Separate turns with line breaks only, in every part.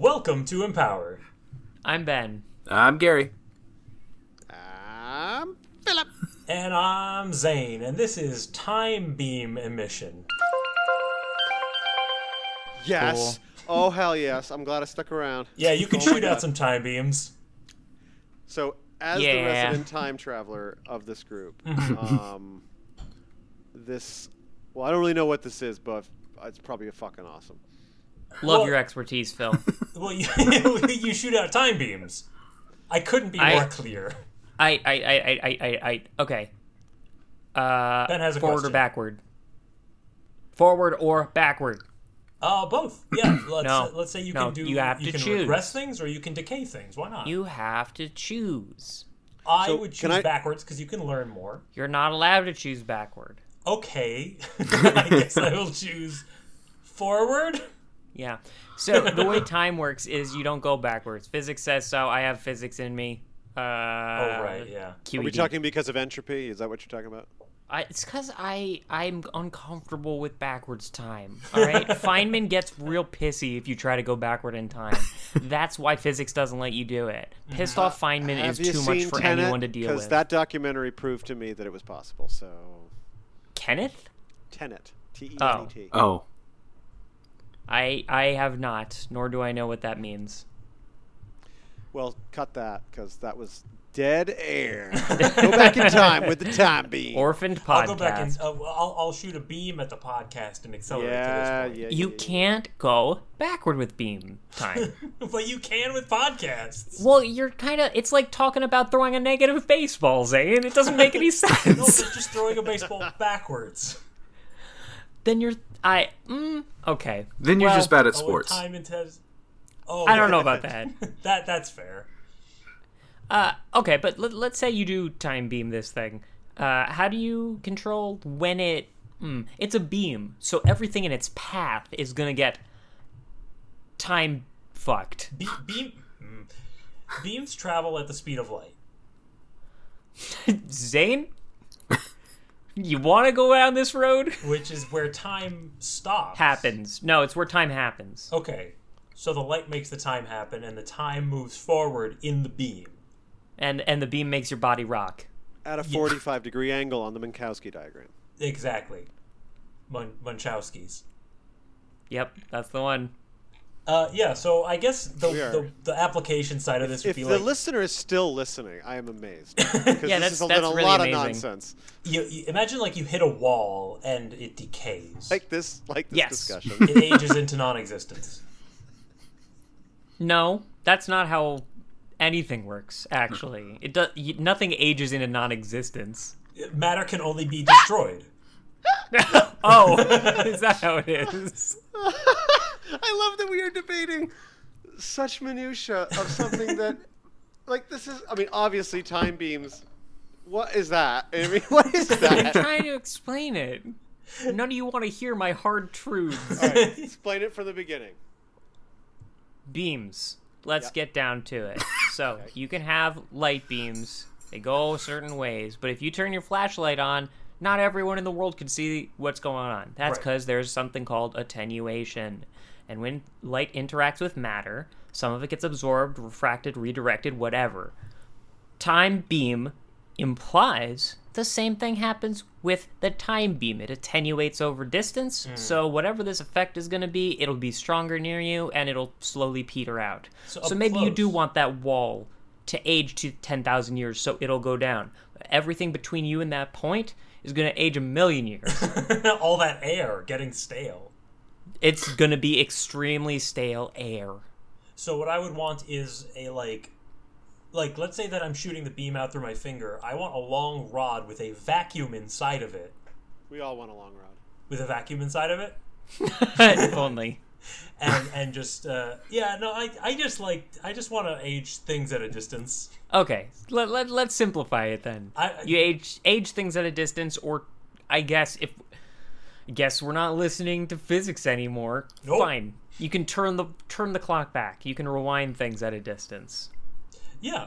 Welcome to Empower.
I'm Ben.
I'm Gary.
Um,
I'm Philip.
And I'm Zane, and this is Time Beam Emission.
Yes. Oh hell yes! I'm glad I stuck around.
Yeah, you can
Oh my
shoot out
God.
some time beams.
So, as the
Yeah.
resident time traveler of this group, um, this well, I don't really know what this is, but it's probably fucking awesome.
Love
Well-
your expertise, Phil.
Well, you, you shoot out time beams. I couldn't be
I-
more clear.
I, I, I, I, I, I, I okay. Uh,
Ben has a
forward or
question.
backward. Forward or backward.
Uh, both. Yeah. Let's uh,
No.
let's say you
No,
can do
you have to
can
choose.
regress things or you can decay things. Why not?
You have to choose.
I
So,
would
can
choose
I-
backwards because you can learn more.
You're not allowed to choose backward.
Okay. I guess I will choose forward.
Yeah. So the way time works is you don't go backwards. Physics says so. I have physics in me. Uh, E oh
oh right, yeah.
QED.
Are we talking because of entropy? Is that what you're talking about?
I, it's because I I'm uncomfortable with backwards time. All right, Feynman gets real pissy if you try to go backward in time. That's why physics doesn't let you do it.
Mm-hmm.
Pissed off Feynman
Have
is
you
too much
seen
for
Tenet?
anyone to deal with.
that documentary proved to me that it was possible. So,
Kenneth,
Tenet. T E N E T.
Oh,
I I have not, nor do I know what that means.
Well, cut that because that was dead air. Go back in time with the time beam.
Orphaned podcast.
I'll go back and uh, I'll, I'll shoot a beam at the podcast and accelerate
yeah,
to this
yeah,
you
yeah,
can't go backward with beam time.
point. but you can with podcasts.
well, you're kind of. It's like talking about throwing a negative baseball, Zane. It doesn't make any sense.
No, they're just throwing a baseball backwards.
then you're. I. Mm, okay.
then you're
Well,
just bad at
Oh, and
sports.
time intense. Oh,
I don't know about that.
That that's fair.
Uh, okay, but let, let's say you do time beam this thing. Uh, how do you control when it? Hmm, it's a beam, so everything in its path is gonna get time fucked.
Be- beam mm. beams travel at the speed of light.
Zane, you want to go down this road?
which is where time stops.
happens. No, it's where time happens.
Okay. So the light makes the time happen, and the time moves forward in the beam.
And and the beam makes your body rock.
At a 45 degree angle on the Minkowski diagram.
Exactly. Mun- Munchowski's.
Yep, that's the one.
Uh, yeah, so I guess the,
We are-
the, the application side of this would
If
be
the
like
listener is still listening, I am amazed. Because
Yeah, that's-
this has been
that's
a
really
lot
amazing.
of nonsense.
you, you imagine like you hit a wall and it decays.
Like this, like this
Yes.
discussion.
it ages into non-existence.
No, that's not how anything works. Actually, it does. y- Nothing ages into non-existence.
Matter can only be destroyed.
Oh, is that how it is?
I love that we are debating such minutia of something that, like, this is. I mean, obviously, time beams. What is that? I mean, what is
I'm
that?
trying to explain it. None of you want to hear my hard truths.
All right, explain it from the beginning.
Beams. Let's get down to it. So, you can have light beams, they go certain ways, but if you turn your flashlight on, not everyone in the world can see what's going on.
Right.
That's because there's something called attenuation. And when light interacts with matter, some of it gets absorbed, refracted, redirected, whatever. time beam implies the same thing happens with the time beam. It attenuates over
Hmm.
distance, so whatever this effect is going to be, it'll be stronger near you and it'll slowly peter out. So,
up
maybe you do
close.
want that wall to age to 10,000 years so it'll go down. But everything between you and that point is going to age a million years.
All that air getting stale.
it's going to be extremely stale air.
So what I would want is a like like let's say that I'm shooting the beam out through my finger. I want a long rod with a vacuum inside of it.
We all want a long rod.
With a vacuum inside of it.
if only.
And and just uh yeah, no, I I just like I just want to age things at a distance.
Okay, let, let, let's simplify it then.
I-
you age age things at a distance, or I guess if I guess we're not listening to physics anymore.
Nope.
Fine, you can turn the turn the clock back. You can rewind things at a distance.
Yeah.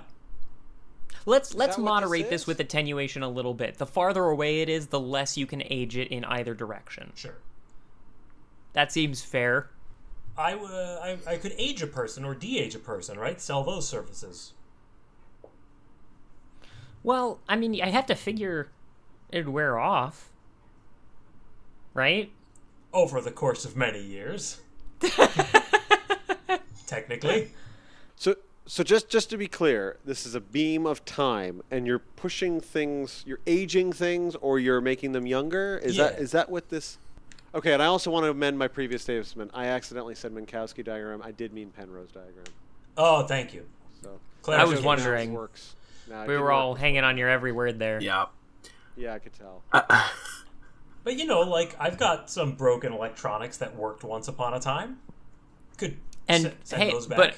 Let's let's
that what this
moderate this,
is?
with attenuation a little bit. The farther away it is, the less you can age it in either direction.
Sure.
That seems fair.
I, w- I, I could age a person or de-age a person, right? Sell those services.
Well, I mean, I have to figure it'd wear off, right?
Over the course of many years, technically.
So so just just to be clear, this is a beam of time, and you're pushing things, you're aging things, or you're making them younger. Is that
Yeah.
is that what this? Okay, and I also want to amend my previous statement. I accidentally said Minkowski diagram. I did mean Penrose diagram.
Oh, thank you.
So
Claire
I was
showed me-
wondering.
Works. Now, it
we
didn't
were all
work.
hanging on your every word there.
Yeah.
Yeah, I could tell.
But you know, like I've got some broken electronics that worked once upon a time. Could
And
se- send
hey,
those back.
but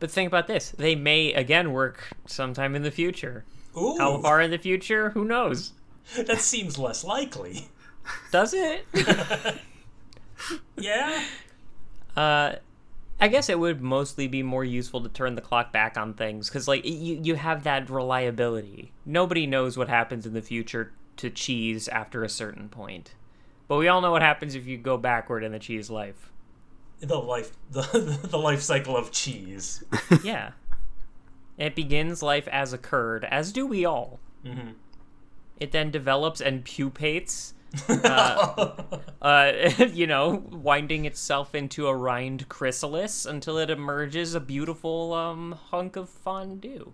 but think about this. They may again work sometime in the future.
Ooh,
How far in the future? Who knows?
that seems less likely.
Does it?
Yeah.
uh, I guess it would mostly be more useful to turn the clock back on things because, like, you you have that reliability. Nobody knows what happens in the future to cheese after a certain point, but we all know what happens if you go backward in the cheese life.
The life the the life cycle of cheese.
yeah, it begins life as a curd, as do we all.
Mm-hmm.
Mhm.
It then develops and pupates. uh, you know, winding itself into a rind chrysalis until it emerges a beautiful um, hunk of fondue.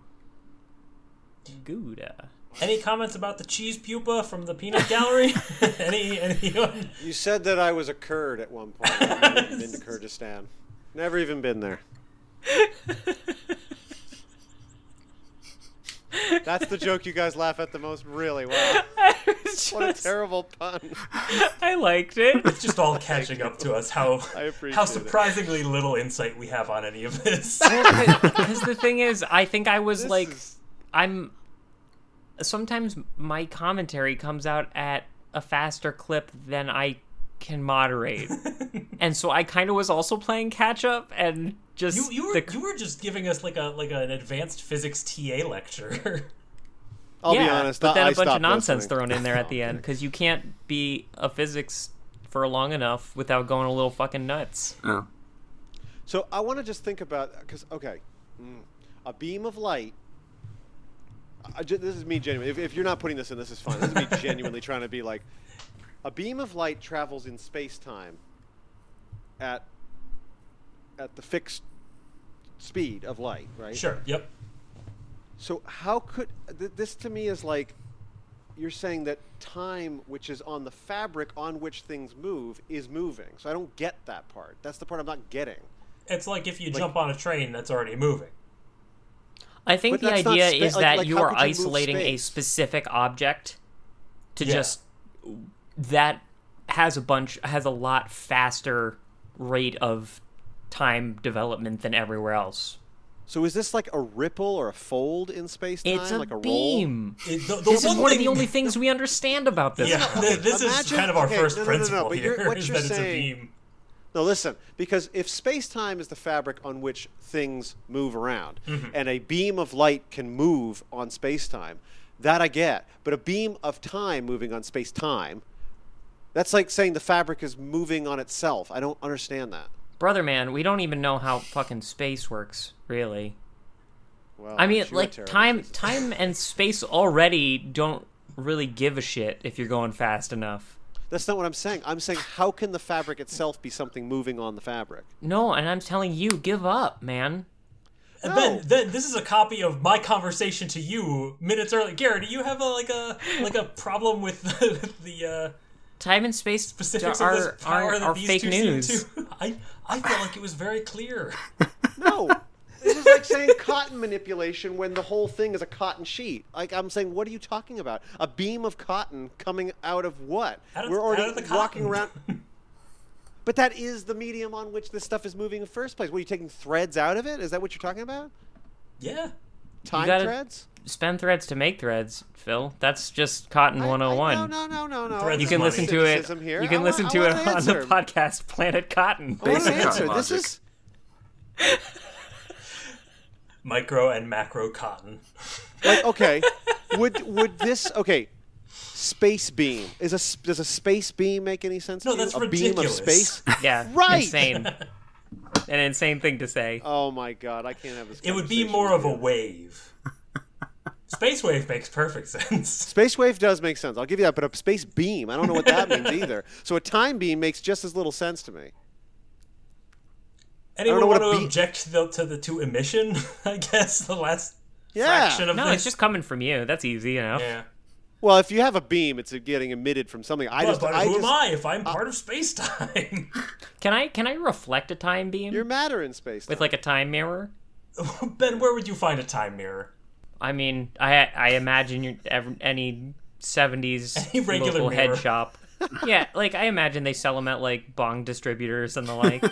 Gouda.
any comments about the cheese pupa from the peanut gallery? any anyone?
You said that I was a Kurd at one point. I've never even been to Kurdistan. Never even been there. That's the joke you guys laugh at the most. Really, wow!
It's
What a
just-
terrible pun.
I liked it.
It's just all catching up to us. How
I appreciate
how
it.
surprisingly little insight we have on any of this.
Because the thing is, I think I was
This
like,
is-
I'm. Sometimes my commentary comes out at a faster clip than I can moderate, and so I kind of was also playing catch up and just
You, you were
the-
you were just giving us like a like an advanced physics TA lecture.
I'll
yeah,
be honest.
but
I-
then
I
a bunch
stopped
of nonsense
listening. Oh,
thrown in there at the end because you can't be a physics for long enough without going a little fucking nuts.
Oh.
So I want to just think about because okay, mm, a beam of light. I ju- this is me genuinely. If, if you're not putting this in, this is fine. This is me genuinely trying to be like, a beam of light travels in space time. At. At the fixed speed of light, right?
sure. Yep.
So how could th- this to me is like you're saying that time which is on the fabric on which things move is moving. So I don't get that part. That's the part I'm not getting.
It's like if you jump on a train that's already moving.
I think
But
the
that's not
idea
spa-
is
like-
that
like,
you
how
are
could you move
isolating a
space?
specific object to
Yeah.
just that has a bunch has a lot faster rate of time development than everywhere else.
So is this like a ripple or a fold in space time?
It's a,
like a roll?
beam.
It- the- the
This is
one
one of
thing-
the only things we understand about this.
Yeah,
one.
th- this is
Imagine-
kind of our
okay,
first
no, no, no, no,
principle
but
here:
you're-
is
what you're
that it's a
saying-
beam.
No, listen, because if space time is the fabric on which things move around,
Mm-hmm.
and a beam of light can move on space time, that I get. But a beam of time moving on space time, that's like saying the fabric is moving on itself. I don't understand that.
Brother man, we don't even know how fucking space works, really.
Well,
I mean,
aren't you a
like
terrible
time,
physicist?
time and space already don't really give a shit if you're going fast enough.
That's not what I'm saying. I'm saying how can the fabric itself be something moving on the fabric?
No, and I'm telling you, give up, man.
And
No.
Ben, then this is a copy of my conversation to you minutes earlier. Gary, do you have a like a like a problem with the, the uh,
Time and space
specifics
are
of this power
are,
that
are
these
fake
two
news.
seem to? I I felt like it was very clear.
No. this is like saying cotton manipulation when the whole thing is a cotton sheet. Like I'm saying, what are you talking about? A beam of cotton coming out of what?
Out of-
We're already
out of the
walking around.
cotton.
But that is the medium on which this stuff is moving in the first place. What are you taking threads out of it? Is that what you're talking about?
Yeah.
Time
gotta-
threads?
Spend threads to make threads, Phil. That's just Cotton
I- I-
101.
no, no, no, no, no.
Threads
You
is
can
money.
listen to it.
Cynicism here.
You can
I wa-
listen
I
to it
want
on
an
the
answer. Oh,
podcast Planet Cotton.
I want an
Basic
answer. This
logic.
is
Micro and macro cotton.
like okay would would this okay space beam is a sp- does a space beam make any sense
No,
to you?
that's
a beam of
ridiculous.
space
Yeah,
Right.
insane. an insane thing to say.
Oh my god, I can't have this.
It would be
conversation
more
with
of a
you.
wave. Space wave makes perfect sense.
Space wave does make sense. I'll give you that, but a space beam, I don't know what that means either. So a time beam makes just as little sense to me.
Anyone
know what
want
a
to
beat-
object the, to the to emission? I guess the last
Yeah.
fraction of
No,
this.
it's just coming from you. That's easy enough.
yeah.
Well, if you have a beam, it's getting emitted from something. I
But,
just,
but
I
who
just,
am I if
uh,
I'm part of space time?
Can I can I reflect a time beam
You're matter in space.
with like a time mirror?
ben, where would you find a time mirror?
I mean, I I imagine you ev any '70s
Any regular
local
mirror.
head shop. yeah, like I imagine they sell them at like bong distributors and the like.